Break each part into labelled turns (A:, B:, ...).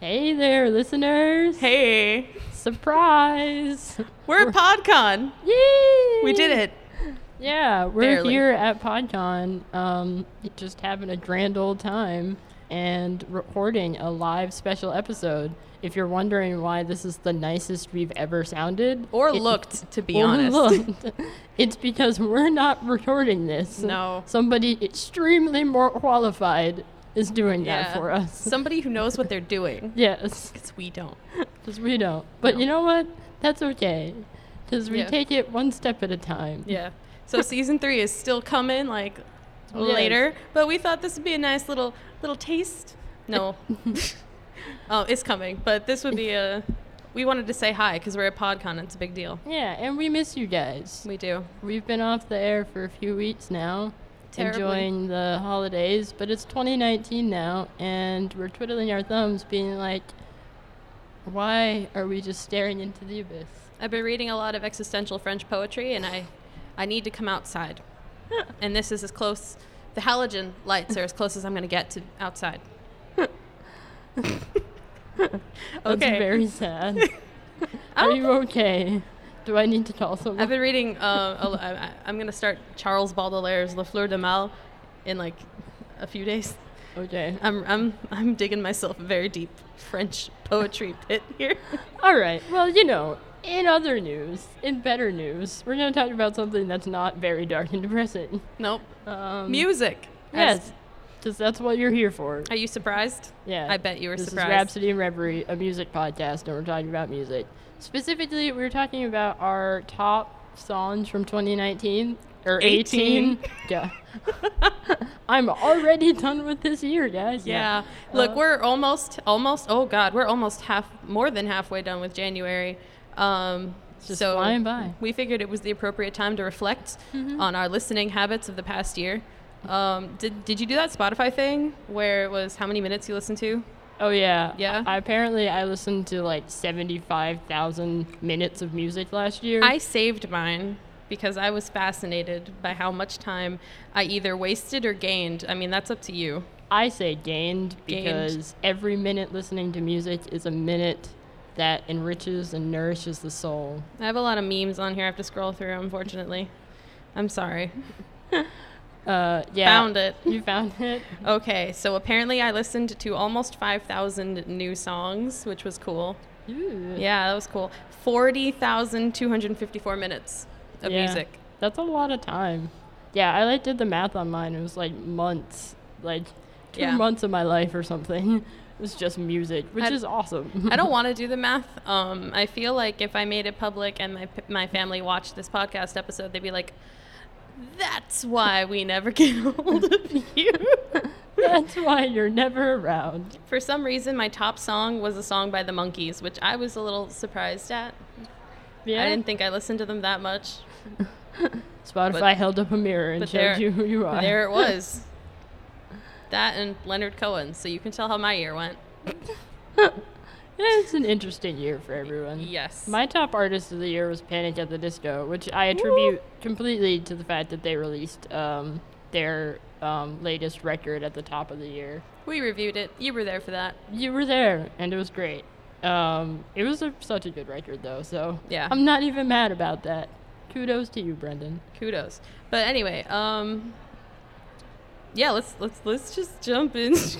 A: Hey there, listeners.
B: Hey,
A: Surprise.
B: we're at PodCon.
A: Yay!
B: We did it.
A: Yeah, we're
B: Barely.
A: here at PodCon, um, just having a grand old time and recording a live special episode. If you're wondering why this is the nicest we've ever sounded
B: Or
A: it-
B: looked, to be
A: or
B: honest.
A: looked, it's because we're not recording this.
B: No.
A: somebody extremely more qualified is doing that for us.
B: Somebody who knows what they're doing.
A: yes.
B: Because we don't.
A: Because we don't. But you know what? That's okay. Because we
B: Yeah.
A: take it one step at a time.
B: Yeah. So season three is still coming, like
A: Yes.
B: later. But we thought this would be a nice little little taste. No. oh, it's coming. But this would be a. We wanted to say hi because we're at PodCon. It's a big deal.
A: Yeah, and we miss you guys.
B: We do.
A: We've been off the air for a few weeks now,
B: Terribly.
A: enjoying the holidays, but it's 2019 now, and we're twiddling our thumbs, being like, why are we just staring into the abyss?
B: I've been reading a lot of existential French poetry, and I, I need to come outside. and this is as close. The halogen lights are as close as I'm going to get to outside.
A: That's
B: Okay.
A: very sad.
B: I
A: are
B: don't
A: you okay? Do I need to call someone?
B: I've been reading. Uh, a l- I, I- I'm going to start Charles Baudelaire's *La Fleur de Mal* in like a few days.
A: okay.
B: I'm I'm I'm digging myself a very deep French poetry pit here.
A: All right. Well, you know, in other news, in better news, we're going to talk about something that's not very dark and depressing.
B: nope.
A: Um,
B: Music. As-
A: Yes. Because that's what you're here for.
B: Are you surprised?
A: Yeah.
B: I bet you were
A: this
B: surprised.
A: Is Rhapsody and Reverie, a music podcast, and we're talking about music. Specifically, we were talking about our top songs from 2019 or 18.
B: 18.
A: yeah. I'm already done with this year, guys.
B: Yeah. Look,
A: Uh,
B: we're almost, almost. Oh God, we're almost half, more than halfway done with January. Um,
A: just
B: so
A: flying by. Mm-hmm.
B: We figured it was the appropriate time to reflect on our listening habits of the past year. Um, did Did you do that Spotify thing where it was how many minutes you listened to?
A: Oh yeah.
B: Yeah?
A: I, apparently, I listened to like 75,000 minutes of music last year.
B: I saved mine because I was fascinated by how much time I either wasted or gained. I mean, that's up to you.
A: I say gained
B: Gained.
A: because every minute listening to music is a minute that enriches and nourishes the soul.
B: I have a lot of memes on here. I have to scroll through, unfortunately. I'm sorry.
A: Uh, yeah.
B: Found it.
A: You found it.
B: Okay, so apparently I listened to almost 5,000 new songs, which was cool.
A: Ooh.
B: Yeah, that was cool. 40,254 minutes of
A: Yeah.
B: music.
A: That's a lot of time. Yeah, I like did the math on mine. It was like months, like two
B: Yeah.
A: months of my life or something. It was just music, which
B: I-
A: is awesome.
B: I don't want to do the math. Um, I feel like if I made it public and my, p- my family watched this podcast episode, they'd be like, that's why we never get hold of you.
A: That's why you're never around.
B: For some reason, my top song was a song by the Monkees, which I was a little surprised at.
A: Yeah.
B: I didn't think I listened to them that much.
A: Spotify
B: but-
A: held up a mirror and
B: but
A: showed
B: there-
A: you who you are.
B: There it was. that and Leonard Cohen. So you can tell how my year went.
A: It's an interesting year for everyone.
B: Yes.
A: My top artist of the year was Panic at the Disco, which I attribute completely to the fact that they released um, their um, latest record at the top of the year.
B: we reviewed it. You were there for that.
A: You were there, and it was great. Um, it was a, such a good record, though, so
B: Yeah.
A: I'm not even mad about that. Kudos to you, Brendan.
B: Kudos. But anyway, um yeah, let's let's let's just jump in. so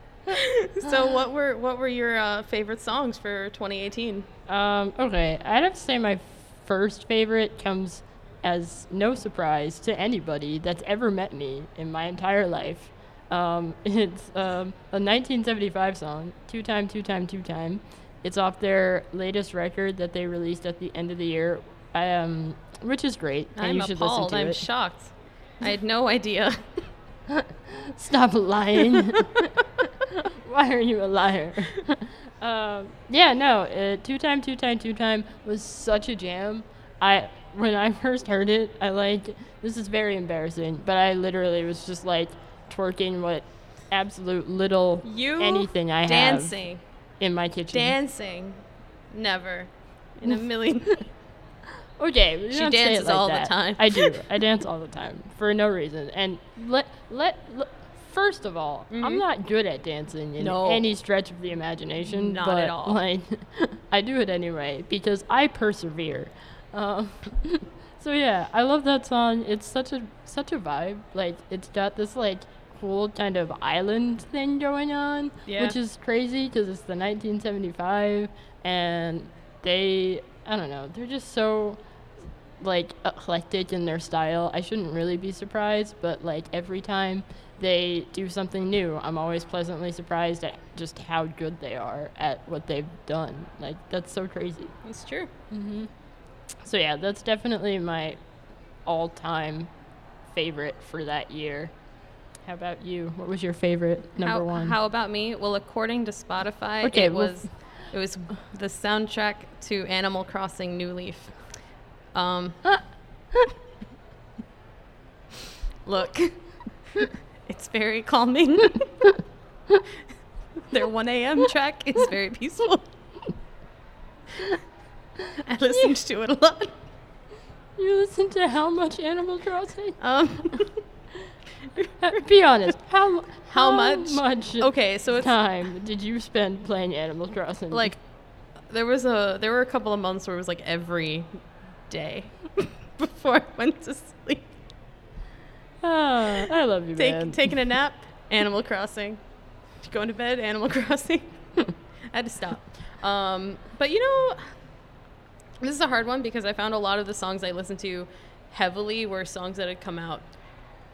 B: what were what were your uh, favorite songs for 2018?
A: Um, okay, I'd have to say my first favorite comes as no surprise to anybody that's ever met me in my entire life. Um, it's um, a 1975 song, Two Time, Two Time, Two Time. It's off their latest record that they released at the end of the year, um, which is great. And
B: I'm
A: you should
B: appalled.
A: listen to
B: I'm
A: it.
B: shocked. I had no idea.
A: Stop lying. Why are you a liar? um, yeah, no. Uh, two time, two time, two time was such a jam. I when I first heard it, I like this is very embarrassing, but I literally was just like twerking what absolute little
B: You
A: anything I have Mm-hmm.
B: dancing,
A: in my kitchen.
B: dancing, never in a million.
A: Okay, we
B: She
A: don't say it
B: dances
A: like
B: all the
A: that.
B: time.
A: I do. I dance all the time for no reason. And let let, let first of all, I'm not good at dancing in
B: Mm-hmm. No.
A: any stretch of the imagination.
B: Not
A: but,
B: at all.
A: Like, I do it anyway because I persevere. Um, so yeah, I love that song. It's such a such a vibe. Like, it's got this like cool kind of island thing going on,
B: Yeah.
A: which is crazy because it's the 1975 and they, I don't know, they're just so like eclectic in their style. I shouldn't really be surprised, but like every time they do something new, I'm always pleasantly surprised at just how good they are at what they've done. Like that's so crazy.
B: It's true.
A: So yeah, that's definitely my all-time favorite for that year. How about you? What was your favorite number
B: how,
A: one?
B: How about me? Well, according to Spotify,
A: Okay,
B: it
A: well-
B: was it was the soundtrack to Animal Crossing New Leaf. Um, look, it's very calming. Their 1 a.m. track is very peaceful. I listened to it a lot.
A: you listen to how much Animal Crossing?
B: Um,
A: be honest. How
B: How much?
A: much
B: okay, so it's
A: time did you spend playing Animal Crossing?
B: like there was a there were a couple of months where it was like every day before I went to sleep.
A: Ah, I love you, man.
B: Take, taking a nap, Animal Crossing. Going to bed, Animal Crossing. I had to stop. Um, but you know, this is a hard one because I found a lot of the songs I listened to heavily were songs that had come out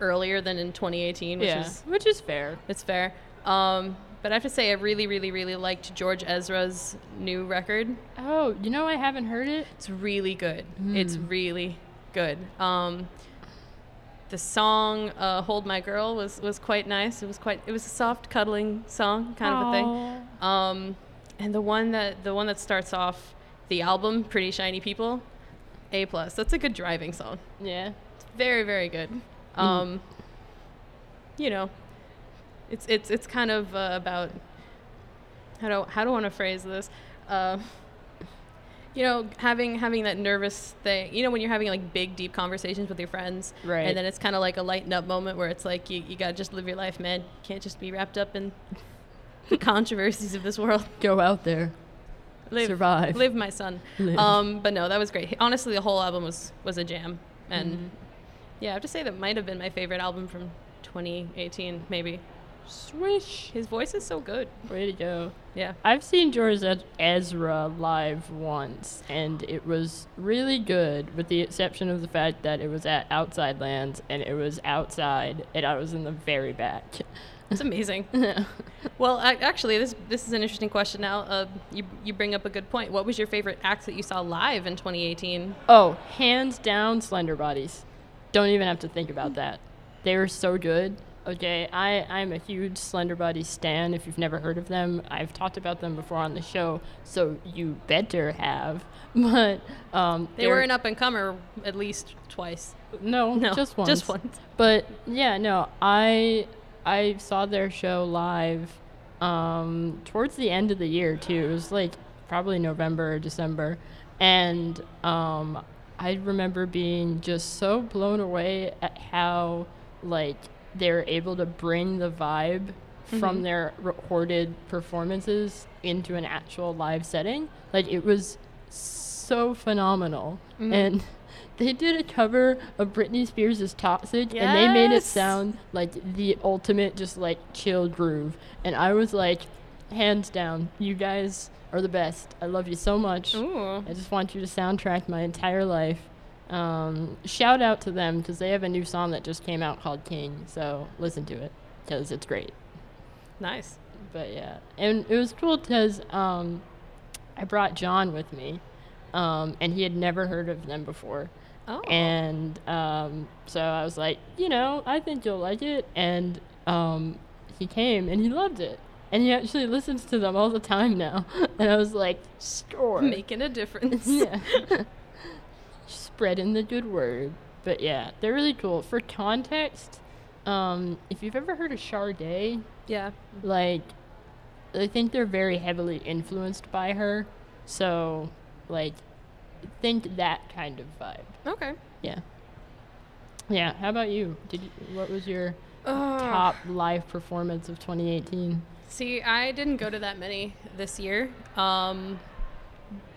B: earlier than in 2018, which
A: yeah,
B: is
A: which is fair.
B: it's fair. Um, but I have to say, I really, really, really liked George Ezra's new record.
A: Oh, you know I haven't heard it.
B: It's really good. It's really good. Um, the song uh, "Hold My Girl" was was quite nice. It was quite. It was a soft cuddling song, kind of a thing. Um, and the one that the one that starts off the album, "Pretty Shiny People," A plus. That's a good driving song.
A: thing. Yeah.
B: It's very very good. Um, You know, it's it's it's kind of uh, about how do how do I want to phrase this? Uh, you know, having having that nervous thing. You know, when you're having like big deep conversations with your friends,
A: Right.
B: And then it's kind of like a lighten up moment where it's like you you gotta just live your life, man. You can't just be wrapped up in the controversies of this world.
A: Go out there.
B: Live,
A: Survive.
B: Live, my son.
A: Live.
B: Um, but no, that was great. Honestly, the whole album was was a jam, and
A: Mm-hmm.
B: yeah, I have to say that might have been my favorite album from 2018, maybe.
A: Swish.
B: His voice is so good.
A: Way to go.
B: Yeah.
A: I've seen George Ez- Ezra live once, and it was really good, with the exception of the fact that it was at Outside Lands, and it was outside, and I was in the very back.
B: It's amazing. well, I, actually, this this is an interesting question. Now, uh, you you bring up a good point. What was your favorite act that you saw live in 2018?
A: Oh, hands down, Slender Bodies. Don't even have to think about that. They were so good. Okay, I, I'm a huge Slender Bodies stan. If you've never heard of them, I've talked about them before on the show, so you better have. But um,
B: They were an up and comer at least twice.
A: no,
B: No,
A: just once.
B: just once.
A: But yeah, no, I I saw their show live um, towards the end of the year too. It was like probably November or December, and um, I remember being just so blown away at how like they're able to bring the vibe from their recorded performances into an actual live setting. Like it was so phenomenal. And they did a cover of Britney Spears' Toxic and they made it
B: Yes.
A: sound like the ultimate just like chill groove. And I was like, hands down, you guys are the best. I love you so much.
B: Ooh.
A: I just want you to soundtrack my entire life. Um, shout out to them because they have a new song that just came out called King. So listen to it because it's great.
B: Nice.
A: But yeah, and it was cool because um, I brought John with me, um, and he had never heard of them before.
B: Oh.
A: And um, so I was like, you know, I think you'll like it. And um, he came and he loved it. And he actually listens to them all the time now. And I was like, score.
B: Oh, Making a difference.
A: Yeah. Spreading the good word. But yeah, they're really cool. For context, um, if you've ever heard of Charday,
B: yeah.
A: like I think they're very heavily influenced by her. So like think that kind of vibe.
B: Okay.
A: Yeah. Yeah, how about you? Did you, what was your
B: Ah.
A: top live performance of 2018.
B: See, I didn't go to that many this year. Um,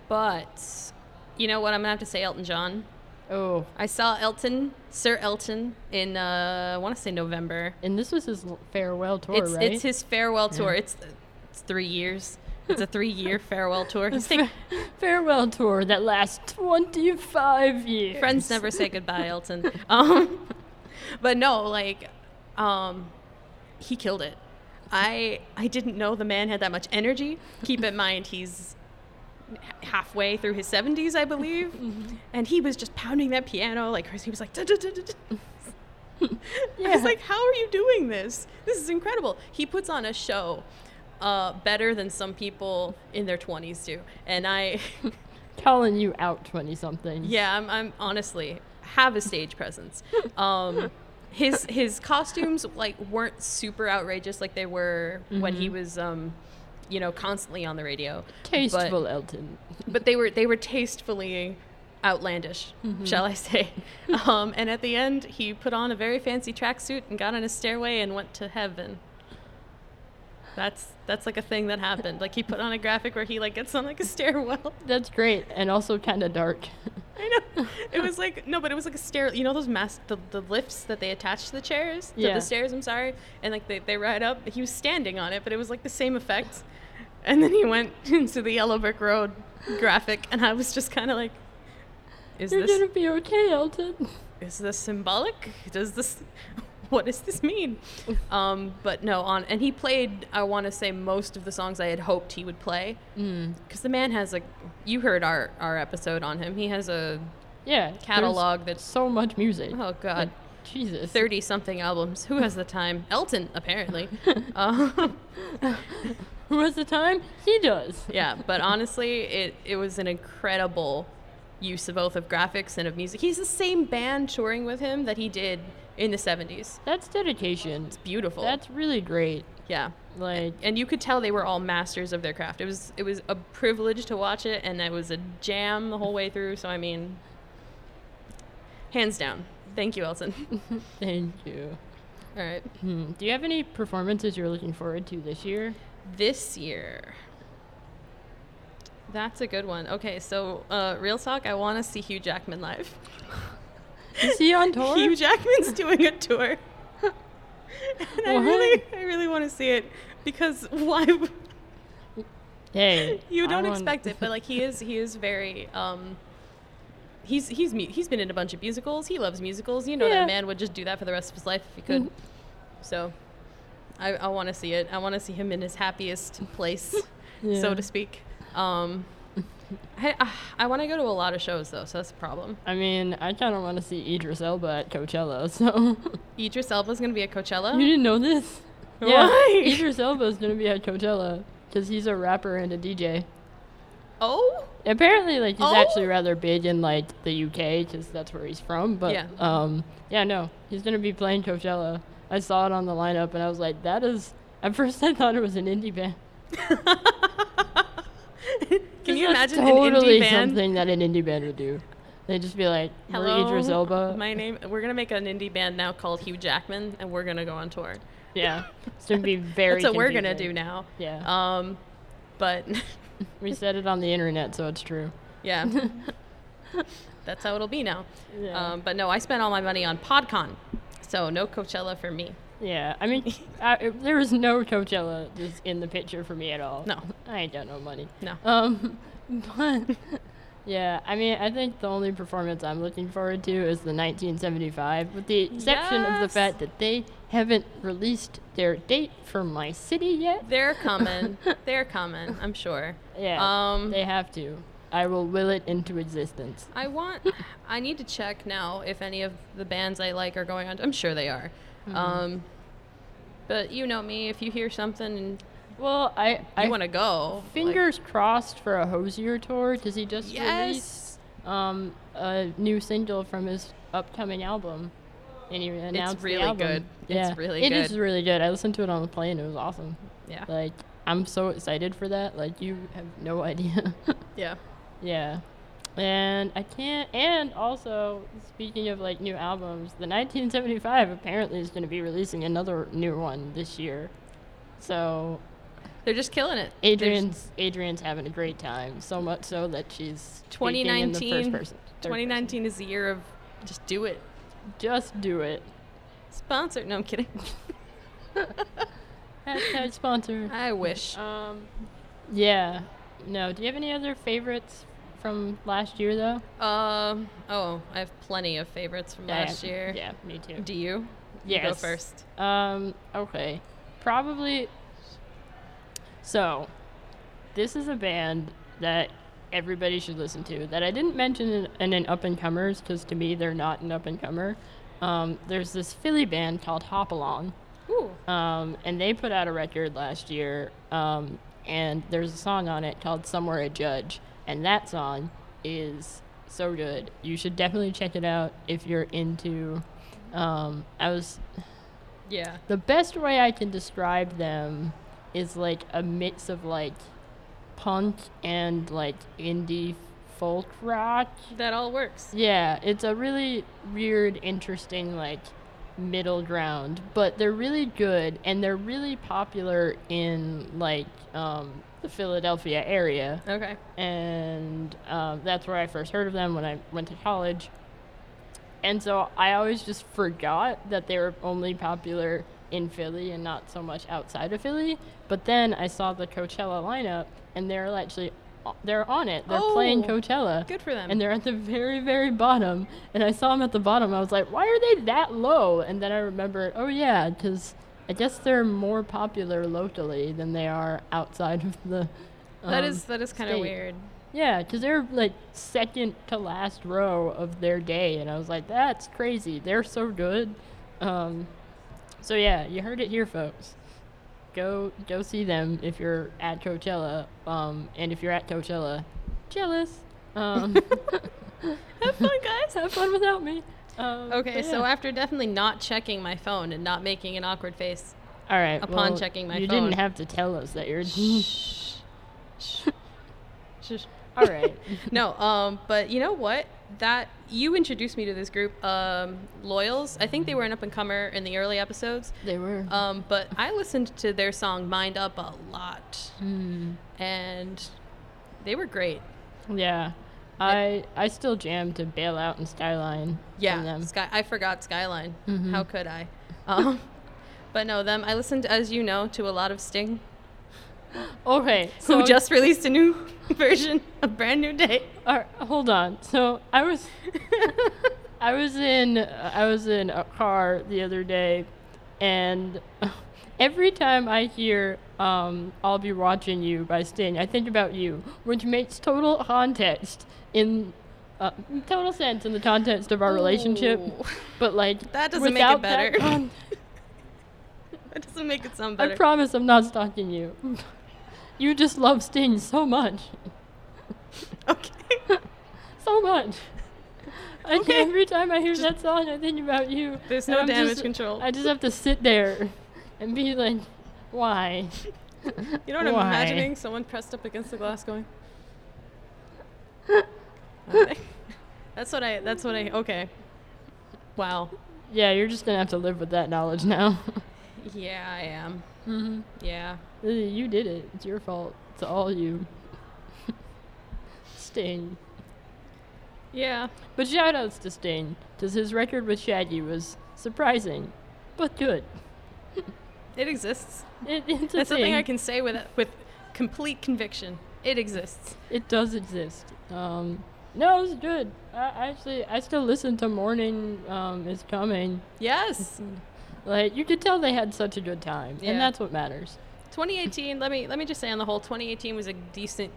B: but you know what? I'm going to have to say Elton John.
A: Oh,
B: I saw Elton, Sir Elton, in, uh, I want to say November.
A: and this was his l- farewell tour,
B: it's,
A: right?
B: it's his farewell tour. It's, it's three years. It's a three year farewell tour. He's taking,
A: farewell tour that lasts 25 years.
B: friends never say goodbye, Elton. Um, but no, like, um, he killed it. I I didn't know the man had that much energy. Keep in mind, he's halfway through his 70s, I believe, and he was just pounding that piano like crazy. He was like. "Duh, duh, duh, duh, duh." I
A: Yeah.
B: was like, how are you doing this? This is incredible. He puts on a show uh, better than some people in their 20s do. And I,
A: calling you out 20 something.
B: yeah, I'm, I'm honestly have a stage presence. Um, his his costumes like weren't super outrageous like they were when he was um, you know constantly on the radio. But-
A: Tasteful Elton.
B: but they were they were tastefully outlandish, shall I say? um, and at the end, he put on a very fancy tracksuit and got on a stairway and went to heaven. That's that's like a thing that happened. Like he put on a graphic where he like gets on like a stairwell.
A: That's great and also kind of dark.
B: I know it was like no, but it was like a stair. You know those mass the, the lifts that they attach to the chairs to
A: Yeah.
B: the stairs. I'm sorry, and like they they ride up. He was standing on it, but it was like the same effect. And then he went into the yellow brick road graphic, and I was just kind of like, is
A: You're
B: this
A: going to be okay, Elton.
B: is this symbolic? Does this what does this mean? Um, but no, on and he played. I want to say most of the songs I had hoped he would play,
A: Mm.
B: because the man has a. You heard our our episode on him. He has a
A: Yeah. there's
B: catalog that's
A: So much music.
B: oh
A: Like,
B: god.
A: Jesus.
B: 30 something albums. Who has the time? Elton, apparently. Uh,
A: Who has the time? He does.
B: yeah, but honestly, it, it was an incredible use of both of graphics and of music. He's the same band touring with him that he did in the 70s.
A: That's dedication.
B: Beautiful.
A: That's really great.
B: yeah.
A: Like,
B: And you could tell they were all masters of their craft. It was it was a privilege to watch it and it was a jam the whole way through, so I mean hands down. Thank you, Elton.
A: thank you.
B: all right.
A: Hmm. Do you have any performances you're looking forward to this year?
B: this year that's a good one okay so uh, real talk i want to see hugh jackman live
A: Is he on tour?
B: hugh jackman's doing a tour and i
A: What?
B: really i really want to see it because why would-
A: Hey,
B: you
A: I
B: don't
A: wanna-
B: expect it but like he is he is very um he's he's mu- he's been in a bunch of musicals he loves musicals you know
A: Yeah. Mm-hmm.
B: that man would just do that for the rest of his life if he could so i, I want to see it i want to see him in his happiest place so
A: Yeah.
B: to speak. Um, I, ah, I want to go to a lot of shows though, so that's a problem.
A: I mean, I kind of want to see Idris Elba at Coachella. So
B: Idris Elba's gonna be at Coachella.
A: you didn't know this?
B: Why?
A: Yeah, Idris Elba's gonna be at Coachella because he's a rapper and a DJ.
B: oh,
A: Apparently, like he's
B: Oh.
A: actually rather big in like the UK because that's where he's from. But
B: Yeah.
A: um, yeah, no, he's gonna be playing Coachella. I saw it on the lineup and I was like, that is. At first, I thought it was an indie band.
B: can you
A: That's
B: imagine
A: totally
B: an indie band?
A: something that an indie band would do? They'd just be like, "We're
B: Hello,
A: Idris Elba."
B: My name. We're gonna make an indie band now called Hugh Jackman, and we're gonna go on tour.
A: yeah, it's gonna be very.
B: That's what we're gonna do
A: confusing.
B: now.
A: Yeah.
B: Um, but
A: We said it on the internet, so it's true.
B: yeah, that's how it'll be now.
A: Yeah.
B: Um, but no, I spent all my money on PodCon, so no Coachella for me.
A: Yeah, I mean, I, there was no Coachella just in the picture for me at all.
B: No.
A: I ain't got no money.
B: No.
A: Um, but yeah, I mean, I think the only performance I'm looking forward to is the 1975, with the exception of the
B: Yes.
A: fact that they haven't released their date for my city yet.
B: They're coming. They're coming. I'm sure.
A: Yeah,
B: Um,
A: they have to. I will will it into existence.
B: I want. I need to check now if any of the bands I like are going on. I'm sure they are.
A: Mm-hmm.
B: Um, but you know me. If you hear something and
A: Well, I
B: you
A: I
B: want to go, like-
A: fingers crossed for a Hosier tour because he just released
B: yes.
A: um, a new single from his upcoming album. And he announced the
B: really
A: album.
B: good. It's
A: Yeah.
B: really
A: It is
B: good.
A: really good. I listened to it on the plane. It was awesome.
B: Yeah.
A: Like, I'm so excited for that. Like, you have no idea.
B: yeah.
A: yeah. And I can't. And also, speaking of like new albums, the 1975 apparently is going to be releasing another new one this year. So
B: They're just killing it. They're just-
A: Adrian's Adrian's having a great time. So much so that she's speaking in the first
B: 2019
A: person. third
B: 2019 is the year of just do it.
A: person. Just do it.
B: Sponsored. No, I'm kidding.
A: Hashtag sponsor.
B: I wish.
A: Um, yeah. No. Do you have any other favorites from last year though?
B: Um. Oh, I have plenty of favorites from
A: Yeah,
B: last
A: yeah.
B: year.
A: Yeah, me too.
B: Do you? You
A: Yes.
B: Go first.
A: Um, okay. Probably. So, this is a band that everybody should listen to that I didn't mention in, in an up and comers because to me they're not an up and comer. Um, there's this Philly band called Hop Along,
B: Ooh.
A: um, and they put out a record last year, um, and there's a song on it called Somewhere a Judge, and that song is so good. You should definitely check it out if you're into. Um, I was
B: Yeah.
A: the best way I can describe them is like a mix of like punk and like indie folk rock.
B: That all works.
A: Yeah, it's a really weird, interesting like middle ground, but they're really good and they're really popular in like um, the Philadelphia area
B: Okay.
A: and um, that's where I first heard of them when I went to college. And so I always just forgot that they were only popular in Philly and not so much outside of Philly. But then I saw the Coachella lineup, and they're actually they're on it. They're playing
B: Oh,
A: Coachella.
B: Good for them.
A: And they're at the very, very bottom. And I saw them at the bottom. I was like, why are they that low? And then I remembered, oh, yeah, because I guess they're more popular locally than they are outside of the.
B: That
A: um,
B: is that is kind of
A: state.
B: weird.
A: Yeah, because they're like second to last row of their day, and I was like, that's crazy. They're so good. Um, so yeah, you heard it here, folks. Go go see them if you're at Coachella, um, and if you're at Coachella, jealous. Um,
B: Have fun, guys.
A: have fun without me. Um,
B: Okay,
A: but
B: so
A: yeah.
B: after definitely not checking my phone and not making an awkward face,
A: all right.
B: upon
A: well,
B: checking my
A: you
B: phone-
A: didn't have to tell us that you're.
B: shh, shh, shh.
A: all right.
B: no, um, but you know what? That you introduced me to this group, um, Loyals. I think they were an up and comer in the early episodes.
A: They were.
B: Um, but I listened to their song "Mind Up" a lot, and they were great.
A: yeah. I I still jam to bail out and Skyline.
B: Yeah,
A: From them.
B: Sky. I forgot Skyline. How could I? Um, but no, them. I listened, as you know, to a lot of Sting,
A: Okay. So
B: who just released a new version of Brand New Day.
A: All right, hold on. So I was, I was in, uh, I was in a car the other day, and every time I hear um, "I'll be watching you" by Sting, I think about you, which makes total context in uh, total sense in the context of our relationship.
B: Ooh.
A: But like
B: That doesn't make it
A: without
B: better.
A: That con-
B: That doesn't make it sound
A: I
B: better.
A: promise I'm not stalking you. You just love Sting so much.
B: okay.
A: so much. I
B: Okay.
A: every time I hear that song, I think about you.
B: There's
A: and
B: no
A: I'm
B: damage
A: just-
B: control.
A: I just have to sit there and be like, why?
B: You know what I'm
A: Why?
B: imagining? Someone pressed up against the glass, going. that's what I. That's what I. Okay. Wow.
A: Yeah, you're just gonna have to live with that knowledge now.
B: Yeah, I am. Mm-hmm.
A: Mhm.
B: Yeah.
A: Lily, you did it. It's your fault. It's all you. Sting.
B: Yeah.
A: But shout outs to Sting, because his record with Shaggy was surprising, but good.
B: It exists.
A: It, it's a
B: That's
A: thing.
B: something I can say with with complete conviction. It exists.
A: It does exist. Um, no, it was good. I I actually, I still listen to "Morning um, Is Coming."
B: Yes.
A: Like you could tell they had such a good time,
B: Yeah.
A: and that's what matters.
B: 2018. Let me let me just say on the whole, 2018 was a decent,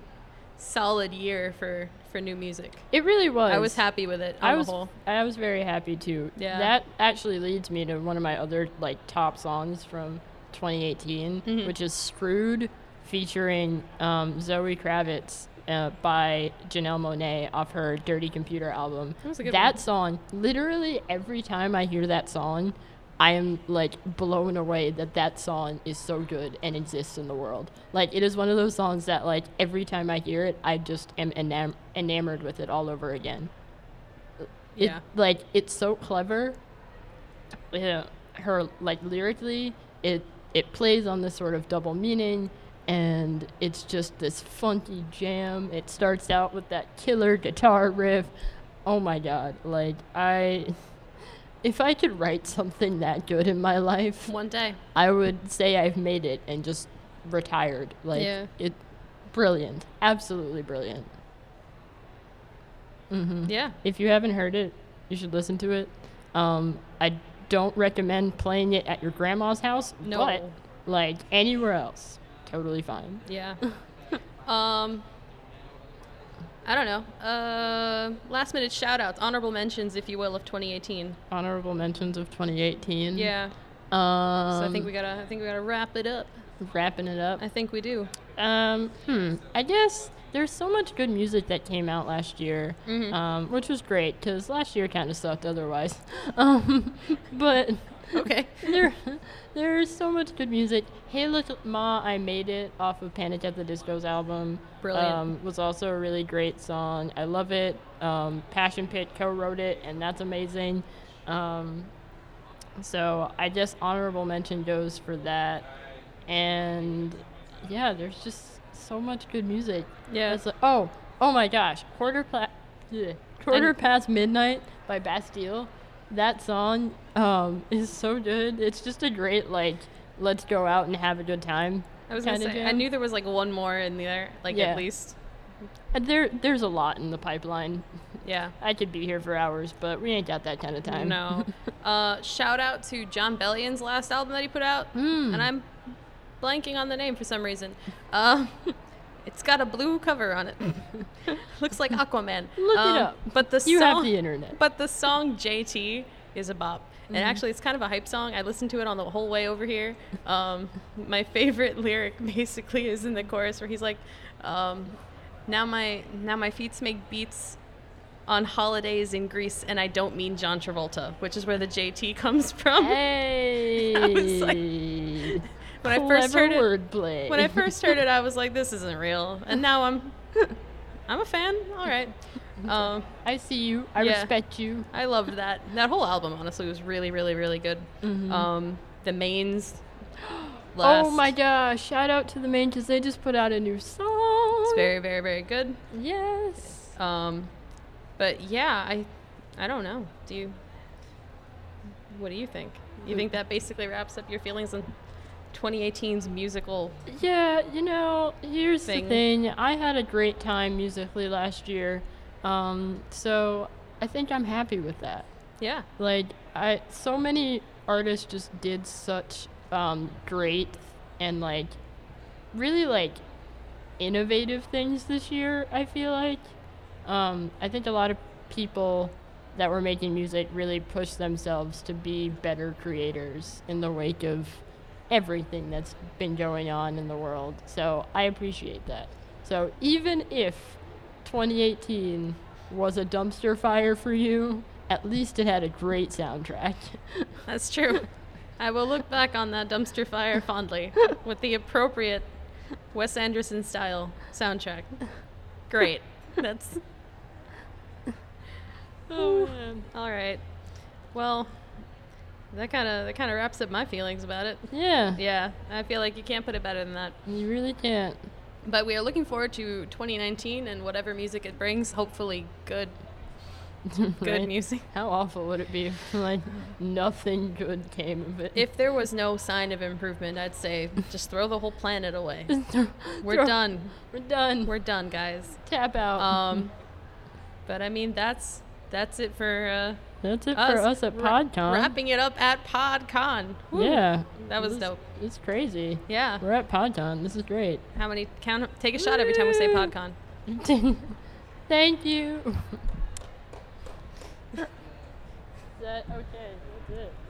B: solid year for for new music.
A: It really was.
B: I was happy with it on
A: I was,
B: the whole.
A: I was very happy too.
B: Yeah.
A: That actually leads me to one of my other like top songs from 2018,
B: Mhm.
A: which is "Screwed," featuring um, Zoe Kravitz. Uh, by Janelle Monet off her Dirty Computer album.
B: That was a good one.
A: song, literally every time I hear that song, I am like blown away that that song is so good and exists in the world. Like it is one of those songs that like every time I hear it, I just am enam- enamored with it all over again. It,
B: Yeah.
A: Like it's so clever. Yeah, her like lyrically, it it plays on this sort of double meaning, and it's just this funky jam. It starts out with that killer guitar riff. Oh my god! Like I. If I could write something that good in my life,
B: One day.
A: I would say I've made it and just retired. Like
B: Yeah.
A: it brilliant. Absolutely brilliant.
B: Yeah.
A: If you haven't heard it, you should listen to it. Um, I don't recommend playing it at your grandma's house,
B: No.
A: but like anywhere else, totally fine.
B: Yeah. um I don't know. Uh last minute shout outs, honorable mentions if you will of 2018.
A: Honorable mentions of 2018.
B: Yeah.
A: Um,
B: So I think we got to I think we got to wrap it up.
A: wrapping it up.
B: I think we do.
A: Um, hmm. I guess there's so much good music that came out last year,
B: Mm-hmm.
A: um, which was great because last year kind of sucked otherwise. Um, but
B: Okay.
A: there, there is so much good music. Hey, look, Ma, I made it off of Panic at the Disco's album.
B: Brilliant.
A: Um, was also a really great song. I love it. Um, Passion Pit co-wrote it, and that's amazing. Um, so I just honorable mention goes for that. And yeah, there's just so much good music.
B: Yeah.
A: It's like, oh, oh my gosh, quarter pla- yeah, quarter
B: And-
A: past midnight by Bastille. That song um, is so good. It's just a great like, let's go out and have a good time.
B: I was going to
A: kinda
B: say I
A: jam.
B: knew there was like one more in there, like
A: Yeah.
B: at least.
A: And There, there's a lot in the pipeline.
B: Yeah.
A: I could be here for hours, but we ain't got that kind of time.
B: No. uh, shout out to John Bellion's last album that he put out,
A: Hmm.
B: and I'm blanking on the name for some reason. Uh, it's got a blue cover on it. Looks like Aquaman. Um,
A: Look it up.
B: But the
A: You
B: song,
A: have the internet. Mm-hmm.
B: But the song JT is a bop. And actually, it's kind of a hype song. I listened to it on the whole way over here. Um, my favorite lyric basically is in the chorus where he's like, um, "Now my now my feet make beats on holidays in Greece, and I don't mean John Travolta, which is where the JT comes from.
A: Hey,
B: was like- when I first
A: clever
B: heard it,
A: wordplay.
B: when I first heard it, I was like, "This isn't real," and now I'm I'm a fan. All right. Um,
A: I see you. I
B: Yeah.
A: respect you.
B: I loved that. That whole album, honestly, was really, really, really good. Um, the mains.
A: Mm-hmm. Oh my gosh! Shout out to the main because they just put out a new song.
B: It's very, very, very good.
A: yes.
B: Um, but yeah, I, I don't know. Do you? What do you think? You think that basically wraps up your feelings on 2018's musical?
A: Yeah, you know, here's
B: Thing.
A: the thing. I had a great time musically last year, um, so I think I'm happy with that.
B: Yeah.
A: Like, I so many artists just did such um, great and like really like innovative things this year. I feel like um, I think a lot of people that were making music really pushed themselves to be better creators in the wake of everything that's been going on in the world. So I appreciate that. So even if 2018 was a dumpster fire for you, at least it had a great soundtrack.
B: That's true. I will look back on that dumpster fire fondly with the appropriate Wes Anderson style soundtrack. Great. That's
A: oh man.
B: all right. Well, that kind of that kind of wraps up my feelings about it.
A: Yeah,
B: Yeah, I feel like you can't put it better than that.
A: you really can't.
B: But we are looking forward to 2019 and whatever music it brings. Hopefully, good good
A: Right?
B: music.
A: How awful would it be if like nothing good came of it?
B: If there was no sign of improvement, I'd say just throw the whole planet away. We're
A: Throw-
B: done.
A: We're done.
B: We're done, guys.
A: tap out.
B: Um, but I mean, that's that's it for uh,
A: That's it
B: us,
A: for us at
B: Wra-
A: PodCon.
B: Wrapping it up at PodCon. Woo.
A: Yeah.
B: that was
A: It's-
B: dope.
A: It's crazy.
B: Yeah.
A: We're at PodCon. This is great.
B: How many count? Take a shot every time we say
A: Woo.
B: PodCon.
A: Thank you. Is that okay? That's it.